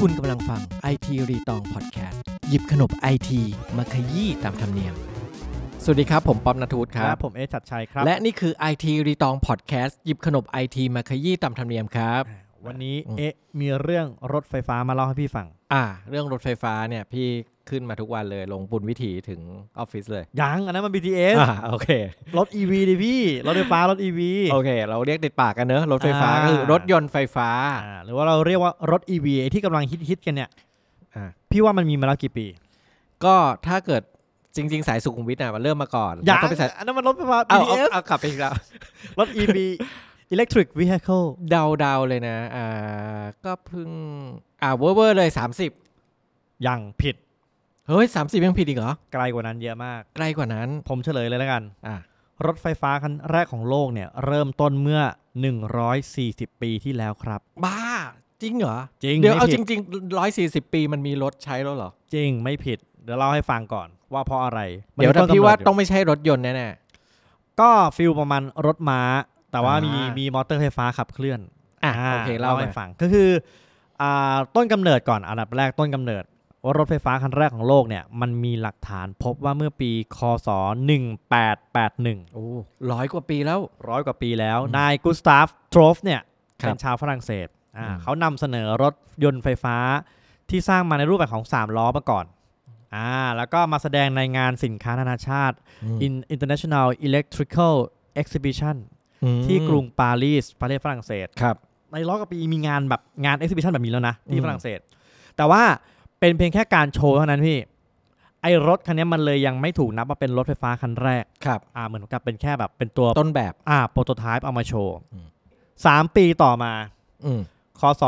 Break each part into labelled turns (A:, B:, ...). A: คุณกำลังฟัง IT รีตองพอดแคสต์หยิบขนบไอทีมาขยี้ตามธรรมเนียม สวัสดีครับ ผมป๊อบนัทวุฒิค
B: ค
A: รั
B: รับ บผมเอชัดชัยครับ
A: และนี่คือ IT รีตองพอดแคสต์หยิบขนบไอทีมาขยี้ตามธรรมเนียมครับ
B: วันนี้
A: อืม
B: เอ๊ะมีเรื่องรถไฟฟ้ามาเล่าให้พี่ฟัง
A: อ่า เรื่องรถไฟฟ้าเนี่ยพี่ขึ้นมาทุกวันเลยลงบุญวิถีถึงออฟฟิศเลย
B: ยังอันนั้นมัน BTS
A: อ่าโอเค
B: รถ EV ดิพี่ รถไฟฟ้ารถ EV
A: โอเค เราเรียกติดปากกันเนอะรถไฟฟ้า
B: อ่า
A: ก็คือรถยนต์ไฟฟ้า
B: อ่าหรือว่าเราเรียกว่ารถ EV ไอ้ที่กำลังฮิตๆกันเนี่ย
A: อ่า
B: พี่ว่ามันมีมาแล้วกี่ปี
A: ก็ถ้าเกิดจริง ๆ สายสุขุมวิทน่ะมันเริ่มมาก่อน
B: ยั
A: แล้ว
B: ง
A: ก็ไปสาย
B: อันนั้นมันรถไฟฟ้า
A: เอาเอา
B: BTS
A: เอากลับไปอีกแล้ว
B: รถ EV Electric Vehicle
A: เดาเดาๆเลยนะ อ่า ก็เพิ่ง อ่าเวอร์เวอร์เลย 30
B: ยังผิด
A: เฮ้ย 30 ยังผิดอีกเหรอ
B: ไกลกว่านั้นเยอะมาก
A: ใกล้กว่านั้น
B: ผมเฉลยเลยแล้วกัน
A: อ่ะ
B: รถไฟฟ้าคันแรกของโลกเนี่ยเริ่มต้นเมื่อ 140 ปีที่แล้วครับ
A: บ้า จริงเหรอ
B: จริง
A: เดี๋ยว
B: ไม่
A: เอา
B: ผิ
A: จริง ๆ 140 ปีมันมีรถใช้แล้วเหรอ
B: จริงไม่ผิด เดี๋ยวเล่าให้ฟังก่อนว่าเพราะอะไร
A: เดี๋ยว
B: มั
A: แต่
B: นมีต้นกำ
A: พี่
B: เนิด
A: ว่า
B: อยู่
A: ต้องไม่ใช่รถยนต์แน่
B: ก็ฟิลประมาณรถม้า แต่ว่ามี
A: อ่ามี
B: มีมอเตอร์ไฟฟ้าขับเคลื่อน
A: ๆอ่ะโอเคเล่าไป
B: ให้ฟังก็คืออ่าต้นกำเนิดก่อนอันดับแรกต้นกำเนิด ว่ารถไฟฟ้าคันแรกของโลกเนี่ยมันมีหลักฐานพบว่าเมื่อปี คศ 1881
A: โอ้ร้อยกว่าปีแล้ว
B: ร้อยกว่าปีแล้ว
A: อืม
B: นายกุสตาฟโทรฟเนี่ย
A: ครับ
B: เป็นชาวฝรั่งเศสอ่า
A: อืม
B: เขานำเสนอรถยนต์ไฟฟ้าที่สร้างมาในรูปแบบของ 3 ล้อมาก่อนอ่าแล้วก็มาแสดงในงานสินค้านานาชาติ In- International Electrical Exhibition
A: อืม
B: ที่กรุงปารีสประเทศฝรั่งเศส
A: ครับ
B: ในร้อยกว่าปีมีงานแบบงานเอ็กซิบิชันแบบนี้แล้วนะ
A: อื
B: ที่
A: ม
B: ฝรั่งเศส แต่ว่าเป็นเพียงแค่การโชว์เท่านั้นพี่ ไอ้รถคันนี้มันเลยยังไม่ถูกนับว่าเป็นรถไฟฟ้าคันแรก
A: ครับ
B: อ่าเหมือนกับเป็นแค่แบบเป็นตัว
A: ต้นแบบ
B: อ่าโปรโตไทป์เอามาโชว์
A: อืม
B: สามปีต่อมา
A: อืม
B: คศ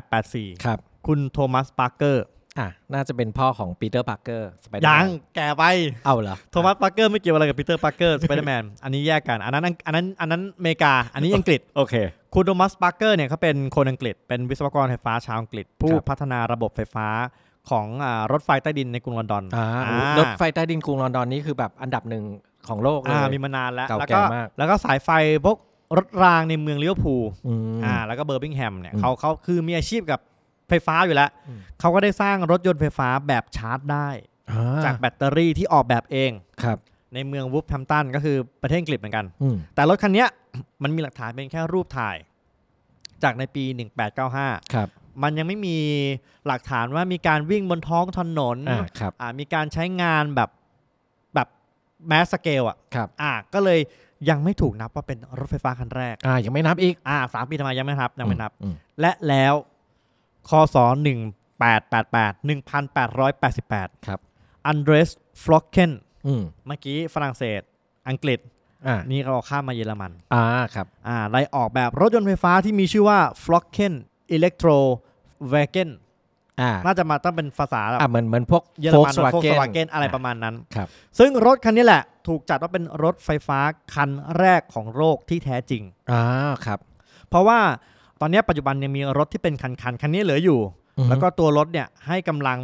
B: 1884
A: ครับ
B: คุณโทมัสปาร์เกอร์
A: อ่ะ น่าจะเป็นพ่อของปีเตอร์พาร์เกอร์สไปเดอร์
B: ยังแก่ไป
A: เอาเหรอ
B: โทมัสปาร์เกอร์ไม่เกี่ยวอะไรกับปีเตอร์ปาร์เกอร์สไปเดอร์แมนอันนี้แยกกันอันนั้นอังอันนั้นอันนั้นอเมริกา อันนี้อังกฤษ
A: โอเค
B: คุณโทมัสปาร์เกอร์เนี่ยเขาเป็นคนอังกฤษ เป็นวิศวกรไฟฟ้าชาวอังกฤษ
A: ค
B: ผู้
A: รับ
B: พัฒนาระบบไฟฟ้าของอารถไฟใต้ดินในกรุงลอนดอน
A: อ่า
B: อ่าร
A: ถไฟใต้ดินกรุงลอนดอนนี่คือแบบอันดับหนึ่งของโลกเลย
B: อ่ามีมานานแล้ว
A: เก่า
B: แล้ว
A: แก่
B: ก็
A: มาก
B: แล้วก็สายไฟพวกรถรางในเมืองลิเวอร์พูล
A: อืม
B: อ่าแล้วก็เบอร์มิงแฮมเนี่ย
A: อืม
B: เขาเขาคือมีอาชีพกับไฟฟ้าอยู่แล้ว
A: อืม
B: เขาก็ได้สร้างรถยนต์ไฟฟ้าแบบชาร์จได้
A: อ่
B: จากแบตเตอรี่ที่ออกแบบเอง
A: ครับ
B: ในเมืองวูฟแฮมป์ตันก็คือประเทศอังกฤษเหมือนกัน
A: อืม
B: แต่รถคันเนี้ย มันมีหลักฐานเป็นแค่รูปถ่าย จากในปี 1895
A: ครับ
B: มันยังไม่มีหลักฐานว่ามีการวิ่งบนท้องถนน
A: อ่าครับ
B: อ่ามีการใช้งานแบบแบบแมสสเกลอ่ะ
A: ครับ
B: อ่าก็เลยยังไม่ถูกนับว่าเป็นรถไฟฟ้าคันแรก
A: อ่า ยังไม่นับอีก
B: อ่าสามปีทำไมยังไม่นับยังไม่นับ
A: อืม
B: และแล้วคศ1888 1888
A: ครับ
B: อันเดรสฟล็อกเคน
A: อืม
B: เมื่อกี้ฝรั่งเศส อังกฤษ
A: อ่า
B: นี่เราข้ามมาเยอรมัน
A: อ่า ครับ
B: อ่าได้ออกแบบรถยนต์ไฟฟ้าที่มีชื่อว่า f l o c k e n Electro w a g e n
A: อ่า
B: น่าจะมาต้องเป็นภาษาแบบ
A: อ่าเหมือนเหมือนพวก
B: เยอรมัน
A: Volkswagen
B: Volkswagen อะไรประมาณนั้น
A: ครับ
B: ซึ่งรถคันนี้แหละ ถูกจัดว่าเป็นรถไฟฟ้าคันแรกของโลกที่แท้จริง
A: อ่า ครับ
B: เพราะว่าตอนนี้ปัจจุบันยังมีรถที่เป็นคันคันๆคันนี้เหลืออยู่
A: อือฮึ
B: แล้วก็ตัวรถเนี่ยให้กำลัง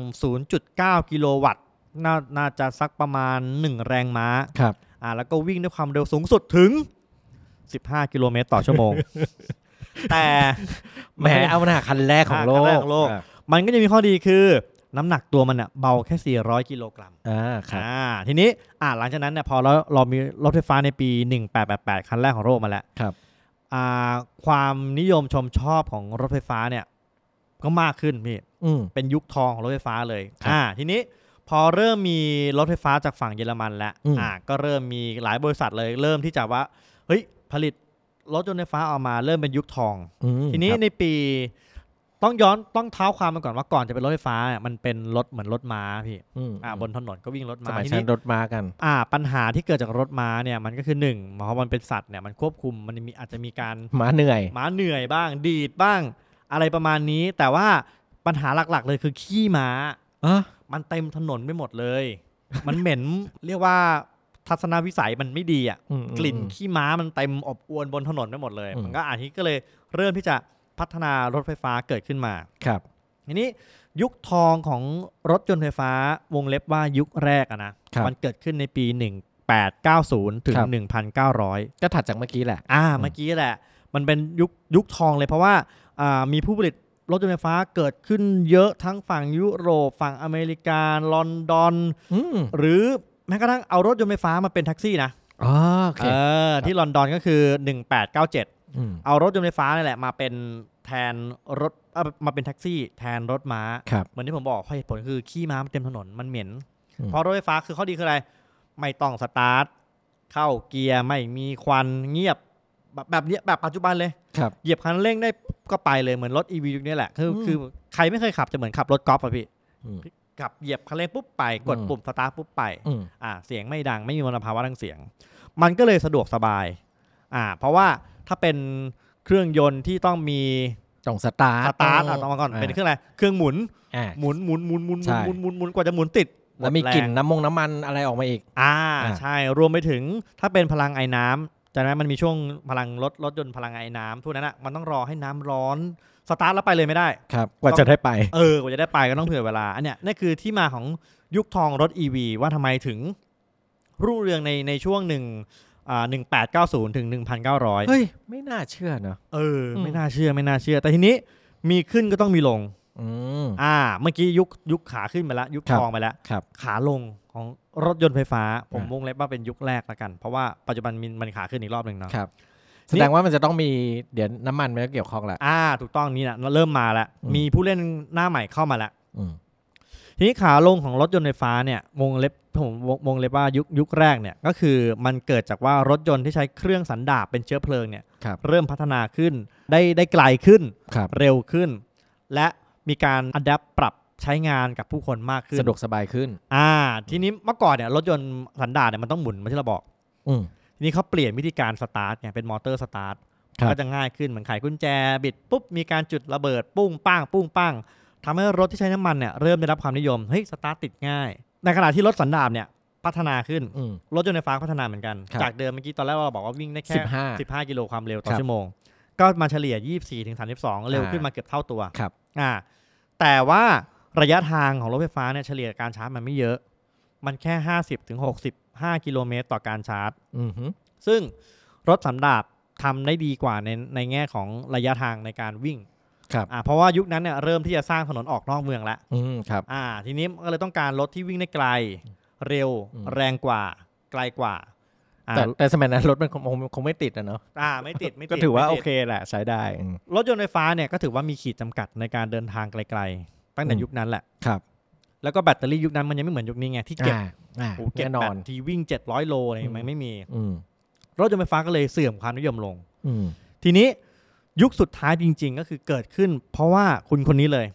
B: 0.9 กิโลวัตต์นาน่าจะสักประมาณ 1 แรงม้า
A: ครับ
B: อ่าแล้วก็วิ่งด้วยความเร็วสูงสุดถึง 15 กิโลเมตรต่อชั่ว โมง แต่
A: แหม เอาหน้าคันแรกของโลก
B: คันแรกของโลก
A: อ่า
B: มันก็จะมีข้อดีคือ น้ำหนักตัวมันอะเบาแค่ 400 กิโลกรัม
A: อ่า ครับ
B: อ่าทีนี้อ่าหลังจากนั้นเนี่ยพอเราเรามีรถไฟฟ้าในปี 1888 คันแรกของโลกมาแล้ว
A: ครับ
B: อ่าความนิยมชมชอบของรถไฟฟ้าเนี่ยก็มากขึ้นพี่
A: อืม
B: เป็นยุคทองของรถไฟฟ้าเลย
A: ครับ
B: อ่าทีนี้พอเริ่มมีรถไฟฟ้าจากฝั่งเยอรมันแล้ว
A: อืม
B: อ่าก็เริ่มมีหลายบริษัทเลย เริ่มที่จะว่าเฮ้ยผลิตรถยนต์ไฟฟ้าออกมาเริ่มเป็นยุคทอง
A: อืม
B: ทีนี้
A: ครับ
B: ในปีต้องย้อนต้องเท้าความมาก่อนว่าก่อนจะเป็นรถไฟฟ้าเนี่ยมันเป็นรถเหมือนรถม้าพี่
A: อืม
B: อ่าบนถนนก็วิ่งรถ
A: ส
B: ม้า
A: มัย
B: ที
A: ฉัน
B: นี้
A: รถมากัน
B: อ่าปัญหาที่เกิดจากรถม้าเนี่ยมันก็คือหนึ่งเพราะมันเป็นสัตว์เนี่ยมันควบคุมมันมีอาจจะมีการ
A: มาเหนื่อย
B: ม้าเหนื่อยบ้าง ดีดบ้าง อะไรประมาณนี้ แต่ว่าปัญหาหลักๆ เลยคือขี้ม้า
A: อ่ะ
B: มันเต็มถนนไปหมดเลย มันเหม็น เรียกว่าทัศนวิสัยมันไม่ดีอ่ะ
A: อืมอืม
B: กลิ่น
A: อืม
B: ขี้ม้ามันเต็มอบอวนบนถนนไปหมดเลย
A: อืม
B: มันก็อาทิก็เลยเริ่มที่จะพัฒนารถไฟฟ้าเกิดขึ้นมา
A: ครับ
B: ทีนี้ยุคทองของรถยนต์ไฟฟ้าวงเล็บว่ายุคแรกอะนะ
A: ครับ
B: มันเกิดขึ้นในปี 1890 ถึง
A: ครับ
B: 1900
A: ก็ถัดจากเมื่อกี้แหละ
B: อ่า
A: อืม
B: เมื่อกี้แหละ มันเป็นยุคยุคทองเลยเพราะว่าอ่ามีผู้ผลิต รถยนต์ไฟฟ้าเกิดขึ้นเยอะทั้งฝั่งยุโรปฝั่งอเมริกาลอนดอน
A: อืม
B: หรือแม้กระทั่งเอารถยนต์ไฟฟ้ามาเป็นแท็กซี่นะ
A: อ๋อโอเค
B: เออที่ลอนดอนก็คือ 1897
A: ม
B: เอารถยนต์ไฟฟ้านี่แหละมาเป็นแทนรถเอ่อมาเป็นแท็กซี่ แทนรถม้า
A: ครับ
B: เหมือนที่ผมบอกข้อเหตุผลคือขี้ม้ามันเต็มถนนมันเหม็น
A: อืม
B: เพราะรถไฟฟ้าคือข้อดีคืออะไร ไม่ต้องสตาร์ท เข้าเกียร์ไม่มีควันเงียบ แบบแบบเนี้ยแบบปัจจุบันเลย
A: ครับ
B: เหยียบคันเร่งได้ปุ๊บก็ไปเลยเหมือนรถ EV ยุคนี้แหละคือ
A: อืม
B: คือใครไม่เคยขับจะเหมือนขับรถกอล์ฟอะพี่
A: อืม
B: ขับเหยียบคันเร่งปุ๊บไปกด
A: อืม
B: ปุ่มสตาร์ทปุ๊บไป
A: อืม
B: อ่าเสียงไม่ดังไม่มีมลภาวะทางเสียง มันก็เลยสะดวกสบายอ่าเพราะว่าถ้าเป็นเครื่องยนต์ที่ต้องมี
A: ต้องสตาร์
B: สตาร์ทอ่ะต้องมาก่อนเป็นเครื่องอะไรเครื่องหมุน
A: อ่า
B: หมุนหมุนหมุนหมุนห
A: ใช่
B: มุนหมุนหมุนหมุนกว่าจะหมุนติด
A: แล้วมีกลิ่น
B: หดแรง
A: น้ำมงน้ำมันอะไรออกมาอีก
B: อ่า
A: อ่า
B: ใช่รวมไปถึงถ้าเป็นพลังไอ้น้ำจากนั้นมันมีช่วงพลังรถรถยนต์พลังไอ้น้ำทุกนั้นอ่ะมันต้องรอให้น้ำร้อนสตาร์ทแล้วไปเลยไม่ได้
A: ครับ กว่าจะได้ไป
B: เออกว่าจะได้ไปก็ต้องเผื่อเวลา อันเนี้ยนี่นคือที่มาของยุคทองรถ EV ว่าทำไมถึงรุ่งเรืองในในช่วงหนึ่งอ่าหนึ่งแปดเก้าศูนย์ถึงหนึ่งพันเก้าร้อย
A: เฮ้ย ไม่น่าเชื่อเนอะ
B: เออ
A: อืม
B: ไม่น่าเชื่อไม่น่าเชื่อ แต่ทีนี้มีขึ้นก็ต้องมีลง
A: อืม
B: อ่า เมื่อกี้ยุคยุคขาขึ้นไปแล้ว ยุค
A: ครับ
B: ทองไปแล้ว
A: ครับ
B: ขาลงของรถยนต์ไฟฟ้า ผม
A: อ่ะ
B: วงเล็บว่าเป็นยุคแรกละกัน เพราะว่าปัจจุบันมันมันขาขึ้นอีกรอบหนึ่งเนาะ
A: ครับ
B: นี่
A: แสดงว่ามันจะต้องมีเดี๋ยวน้ำมันมันก็เกี่ยวข้องแหละ
B: อ่า ถูกต้องนี่นะเริ่มมาแล้ว
A: อืม
B: มีผู้เล่นหน้าใหม่เข้ามาแล้ว
A: อืม
B: ทีนี้ขาลงของรถยนต์ไฟฟ้าเนี่ยวงเล็บผมวงวงเล็บว่ายุคยุคแรกเนี่ยก็คือมันเกิดจากว่ารถยนต์ที่ใช้เครื่องสันดาปเป็นเชื้อเพลิงเนี่ย
A: ครับ
B: เริ่มพัฒนาขึ้นได้ได้ไกลขึ้น
A: ครับ
B: เร็วขึ้น และมีการอัดแอปปรับใช้งานกับผู้คนมากขึ้น
A: สะดวกสบายขึ้น
B: อ่าทีนี้เมื่อก่อนเนี่ยรถยนต์สันดาปเนี่ยมันต้องหมุนเหมาที่เราบอก
A: อืม
B: ทีนี้เขาเปลี่ยนวิธีการสตาร์ทเนี่ยเป็นมอเตอร์สตาร์ท
A: ครับ
B: ก็จะง่ายขึ้นเหมือนไขกุญแจบิดปุ๊บมีการจุดระเบิดปุ้งป้างปุ้งป้างทำให้รถที่ใช้น้ำมันเนี่ยเริ่มได้รับความนิยมเฮ้ยสตาร์ทติดง่าย ในขณะที่รถสันดาปเนี่ยพัฒนาขึ้น
A: อืม
B: รถยนต์ไฟฟ้าพัฒนาเหมือนกัน
A: ครับ
B: จากเดิมเมื่อกี้ตอนแรกเราบอกว่าวิ่งได้แค่
A: 15
B: 15 กิโลความเร็วต่อ
A: ครับ
B: ชั่วโมง ก็มาเฉลี่ย 24ถึง32 เร็ว
A: อ่า
B: ขึ้นมาเกือบเท่าตัว
A: ครับ
B: อ่าแต่ว่าระยะทางของรถไฟฟ้าเนี่ยเฉลี่ยการชาร์จมันไม่เยอะ มันแค่ 50ถึง65 กิโลเมตรต่อการชาร์จ
A: อืมฮึ
B: ซึ่งรถสันดาปทำได้ดีกว่าในในแง่ของระยะทางในการวิ่ง
A: ครับ
B: อ่าเพราะว่ายุคนั้นเนี่ยเริ่มที่จะสร้างถนนออกนอกเมืองแล้ว
A: อืม ครับ
B: อ่าทีนี้มันก็เลยต้องการรถที่วิ่งได้ไกล เร็ว
A: อืม
B: แรงกว่า ไกลกว่าอ่า
A: แต่แต่สมัยนั้นรถมันคงคงไม่ติดอะเนาะ
B: อ่าไม่ติดไม่ติด
A: ก็ถือว่าโอ
B: ไม่ติด
A: เคแหละใช้ได้อืม
B: รถยนต์ไฟฟ้าเนี่ยก็ถือว่ามีขีดจำกัดในการเดินทางไกลๆ ตั้งแต่
A: อืม
B: ยุคนั้นแหละ
A: ครับ
B: แล้วก็แบตเตอรี่ยุคนั้นมันยังไม่เหมือนยุคนี้ไงที่เก็บ
A: อ่าอ่า
B: โอ้โหเก็บ
A: แน่น
B: แบ
A: อ
B: ต
A: น
B: ที่วิ่ง 700 โลอะไร
A: อืม
B: มันไม่มี
A: อืม
B: รถยนต์ไฟฟ้าก็เลยเสื่อมความนิยมลง
A: อืม
B: ทีนี้ยุคสุดท้ายจริง ๆ ก็คือเกิดขึ้น เพราะว่าคุณคนนี้เลย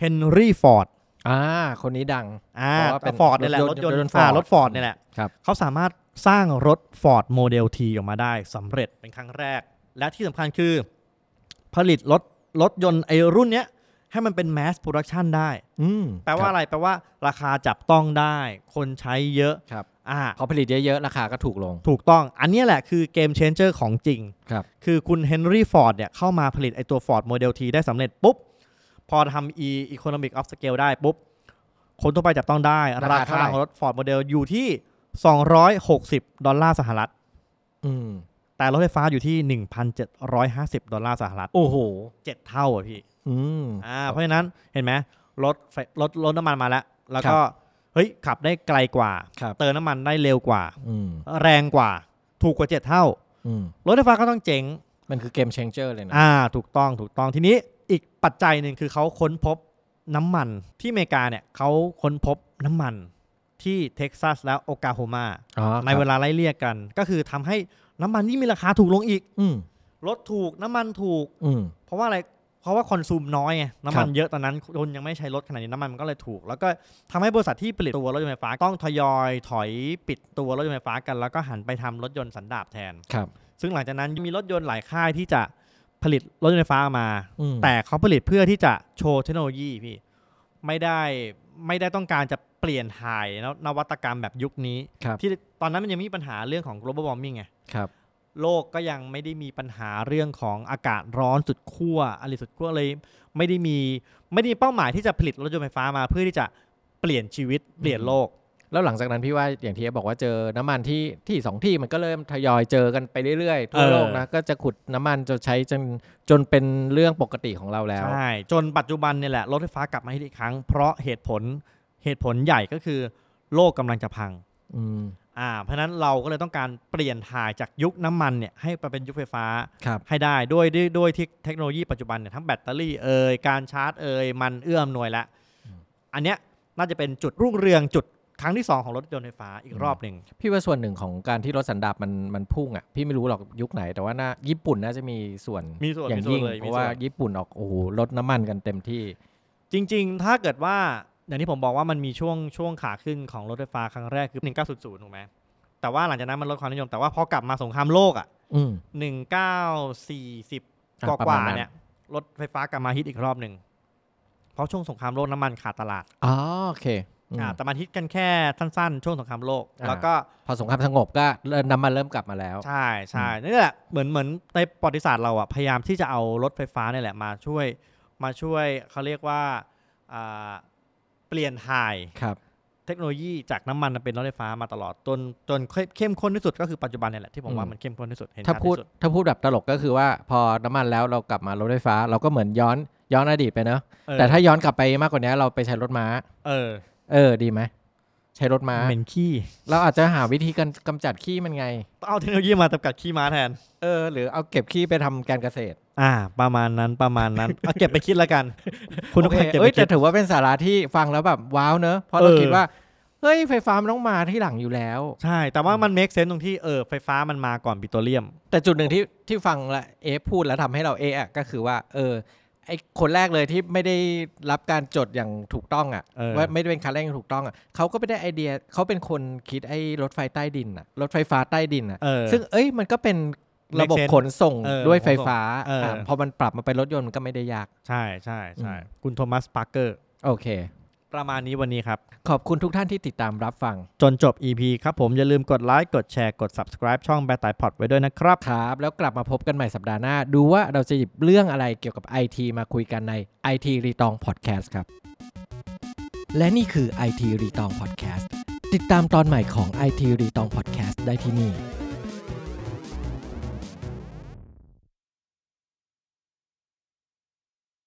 B: เฮนรี่ฟอร์ด
A: อ่า คนนี้ดัง
B: อ่า
A: เพราะว่าเป็น
B: ฟอร์ดนี่แหละ
A: ร
B: ร
A: ถ
B: ถ
A: ย
B: ย
A: น
B: น
A: ต์
B: ต์
A: Ford
B: อ่ารถฟอร์ดนี่แหละ
A: ครับ
B: เขาสามารถสร้างรถ Ford Model T ออกมาได้สำเร็จเป็นครั้งแรก และที่สำคัญคือ ผลิตรถรถยนต์ไอรุ่นเนี้ย ให้มันเป็น mass production ได้
A: อืม
B: แปล
A: ค
B: ว่า
A: รับ
B: อะไร แปลว่าราคาจับต้องได้ คนใช้เยอะ
A: ครับ
B: อ่า
A: พอผลิตเยอะๆ ราคาก็ถูกลง
B: ถูกต้องอันเนี้ยแหละคือเกมเชนเจอร์ของจริง
A: ครับ
B: คือคุณเฮนรี่ฟอร์ดเนี่ยเข้ามาผลิตไอตัว Ford Model T ได้สำเร็จปุ๊บ พอทำ e economic of scale ได้ปุ๊บ คนทั่วไปจับต้องได้
A: ราคา
B: รา
A: เท่า
B: คา
A: ไหร่
B: ของรถ Ford Model อยู่ที่ 260 ดอลลาร์สหรัฐ
A: อืม
B: แต่รถไฟฟ้าอยู่ที่ 1,750 ดอลลาร์สหรัฐ
A: โอ้โห
B: เจ็ดเท่าอ่ะพี่
A: อืม
B: อ่าเพราะฉะนั้นเห็นไหมรถไฟรถรถน้ำมันมาแล้ว แล้วก็ เฮ้ย ขับได้ไกลกว่า
A: ครับ
B: เติมน้ำมันได้เร็วกว่า
A: อืม
B: แรงกว่า ถูกกว่าเจ็ดเท่า
A: อืม
B: รถไฟฟ้าก็ต้องเจ๋ง
A: มันคือเกมเชงเจอร์เลยนะ
B: อ่าถูกต้องถูกต้องทีนี้อีกปัจจัยหนึ่งคือเขาค้นพบน้ำมันที่อเมริกาเนี่ยเขาค้นพบน้ำมันที่เท็กซัสและโอกลาโฮมา
A: อ๋อ
B: ในเวลาไล่เลี่ยกัน ก็คือทำให้น้ำมันนี่มีราคาถูกลงอีก
A: อืม
B: รถถูกน้ำมันถูก
A: อืม
B: เพราะว่าอะไรเพราะว่าคอนซูมน้อยไงน้ำมัน
A: ครับ
B: เยอะตอนนั้นคนยังไม่ใช้รถขนาดนี้น้ำมันมันก็เลยถูก แล้วก็ทำให้บริษัทที่ผลิตตัวรถยนต์ไฟฟ้าต้องทยอยถอยปิดตัวรถยนต์ไฟฟ้ากันแล้วก็หันไปทำรถยนต์สันดาปแทน
A: ครับ
B: ซึ่งหลังจากนั้นมีรถยนต์หลายค่ายที่จะผลิตรถยนต์ไฟฟ้าออกมา
A: อืม
B: แต่เขาผลิตเพื่อที่จะโชว์เทคโนโลยีพี่ไม่ได้ไม่ได้ต้องการจะเปลี่ยนถ่ายนวนวัตกรรมแบบยุคนี้
A: ครับ
B: ที่ตอนนั้นมันยังมีปัญหาเรื่องของ global warming ไง
A: ครับ
B: โลกก็ยังไม่ได้มีปัญหาเรื่องของอากาศร้อนสุดขั้วอะไรสุดขั้วเลย ไม่ได้มีไม่ได้มีเป้าหมายที่จะผลิตรถยนต์ไฟฟ้ามา เพื่อที่จะเปลี่ยนชีวิตเปลี่ยนโลก
A: แล้วหลังจากนั้นพี่ว่าอย่างที่เอ๊บอกว่าเจอน้ำมันที่ที่สองที่มันก็เริ่มทยอยเจอกันไปเรื่อยๆทั่ว
B: เออ
A: โลกนะก็จะขุดน้ำมันจะใช้จนจนเป็นเรื่องปกติของเราแล้ว
B: ใช่จนปัจจุบันเนี่ยแหละรถไฟฟ้ากลับมาฮิตอีกครั้ง เพราะเหตุผลเหตุผลใหญ่ก็คือ โลกกำลังจะพัง
A: อืม
B: อ่าเพราะฉะนั้นเราก็เลยต้องการเปลี่ยนถ่ายจากยุคน้ำมันเนี่ยให้ไปเป็นยุคไฟฟ้า
A: ครับ
B: ให้ได้ด้วยด้วยด้วยเทคเทคโนโลยีปัจจุบันเนี่ยทั้งแบตเตอรี่เอ่ยการชาร์จเอ่ยมันเอื้อมหน่วยละอันเนี้ยน่าจะเป็นจุดรุ่งเรืองจุดครั้งที่สองของรถยนต์ไฟฟ้าอีกรอบหนึ่ง
A: พี่ว่าส่วนหนึ่งของการที่รถสันดาปมันมันพุ่งอ่ะพี่ไม่รู้หรอกยุคไหน แต่ว่าน่าญี่ปุ่นน่าจะมีส่วน
B: มีส่วน
A: อย่าง
B: มีส่วน
A: ยิ่ง
B: เลยมี
A: เพราะว่า
B: ส่วน
A: ญี่ปุ่นออกโอ้โหลดน้ำมันกันเต็มที่
B: จริงๆ ถ้าเกิดว่าอย่างที่ผมบอกว่ามันมีช่วงช่วงขาขึ้นของรถไฟฟ้าครั้งแรกคือ 1900 ถูกไหมแต่ว่าหลังจากนั้นมันลดความนิยม แต่ว่าพอกลับมาสงครามโลกอ่ะ
A: อืม
B: 1940 ก
A: อ่ะประ
B: ว่า
A: มาณนั้
B: ๆ
A: น
B: เนี่ยรถไฟฟ้ากลับมาฮิตอีกรอบหนึ่ง เพราะช่วงสงครามโลกน้ำมันขาดตลาด
A: อ๋อโอเคอืม
B: อ่าแต่มันฮิตกันแค่สั้นๆ ช่วงสงครามโลก
A: อ่า
B: แล้วก็
A: พอสงครามสงบก็เริ่มน้ำมันเริ่มกลับมาแล้ว
B: ใช่ใช่นี่แหละเหมือนเหมือนในประวัติศาสตร์เราอ่ะพยายามที่จะเอารถไฟฟ้าเนี่ยแหละมาช่วยมาช่วยเขาเรียกว่าอ่าเปลี่ยนถ่าย
A: ครับ
B: เทคโนโลยีจากน้ำมันเป็นรถไฟฟ้ามาตลอดจนจนเข้มเข้มข้นที่สุดก็คือปัจจุบันเนี่ยแหละที่ผมว่า
A: อืม
B: มันเข้มข้นที่สุดเห็น
A: ถ้า
B: ชัด
A: พูด
B: ที่สุด
A: ถ้าพูดแบบตลกก็คือว่าพอน้ำมันแล้วเรากลับมารถไฟฟ้า เราก็เหมือนย้อนย้อนอดีตไปเนอะ
B: เออ
A: แต่ถ้าย้อนกลับไปมากกว่านี้เราไปใช้รถม้า
B: เออ
A: เออดีไหมใช้รถม้า
B: เหม็นขี้
A: เราอาจจะหาวิธีการกำจัดขี้มันไง
B: ต้องเอาเทคโนโลยีมาจำกัดขี้ม้าแทน
A: เออ หรือเอาเก็บขี้ไปทำการเกษตร
B: อ่า ประมาณนั้นประมาณ นั้น เอาเก็บไปคิดแล้วกัน คุณทุก
A: โอ
B: คน
A: เค
B: เก็บ
A: เอ้
B: ไป
A: ย
B: คิ
A: แต่
B: ด
A: ถือว่าเป็นสาระที่ฟังแล้วแบบว้าวเนอะเพราะเรา
B: เออ
A: คิดว่าเฮ้ยไฟฟ้ามันต้องมาที่หลังอยู่แล้ว
B: ใช่ แต่ว่ามัน make sense ตรงที่เออไฟฟ้ามันมาก่อนปิโตรเลียม
A: แต่จุดหนึ่งที่ที่ฟังและเอฟพูดแล้วทำให้เราเอะอะก็คือว่า เออไอคนแรกเลยที่ไม่ได้รับการจดอย่างถูกต้องอ่ะ
B: เออ
A: ว่าไม่ได้เป็นคันแรกอย่างถูกต้องอ่ะเขาก็ไม่ได้ไอเดียเขาเป็นคนคิดไอ้รถไฟใต้ดินอ่ะรถไฟฟ้าใต้ดินอ่ะ
B: เออ
A: ซึ่งเอ้ยมันก็เป็นระบบ
B: Make sense
A: ขนส่ง
B: เออ
A: ด้วยไฟฟ้า
B: เอออ่
A: ะพอมันปรับมาเป็นรถยนต์มันก็ไม่ได้ยาก
B: ใช่ใช่ใช่
A: อืม
B: คุณโทมัสปาร์เกอร์
A: โอเค
B: ประมาณนี้วันนี้ครับ
A: ขอบคุณทุกท่านที่ติดตามรับฟัง
B: จนจบ EP ครับผมอย่าลืมกดไลค์กดแชร์กด subscribe ช่องแบตไตพอดไว้ด้วยนะครับ
A: ครับ แล้วกลับมาพบกันใหม่สัปดาห์หน้า ดูว่าเราจะหยิบเรื่องอะไรเกี่ยวกับ IT มาคุยกันใน IT รีตองพอดแคสต์ครับ และนี่คือ IT รีตองพอดแคสต์ติดตามตอนใหม่ของ IT รีตองพอดแคสต์ได้ที่นี่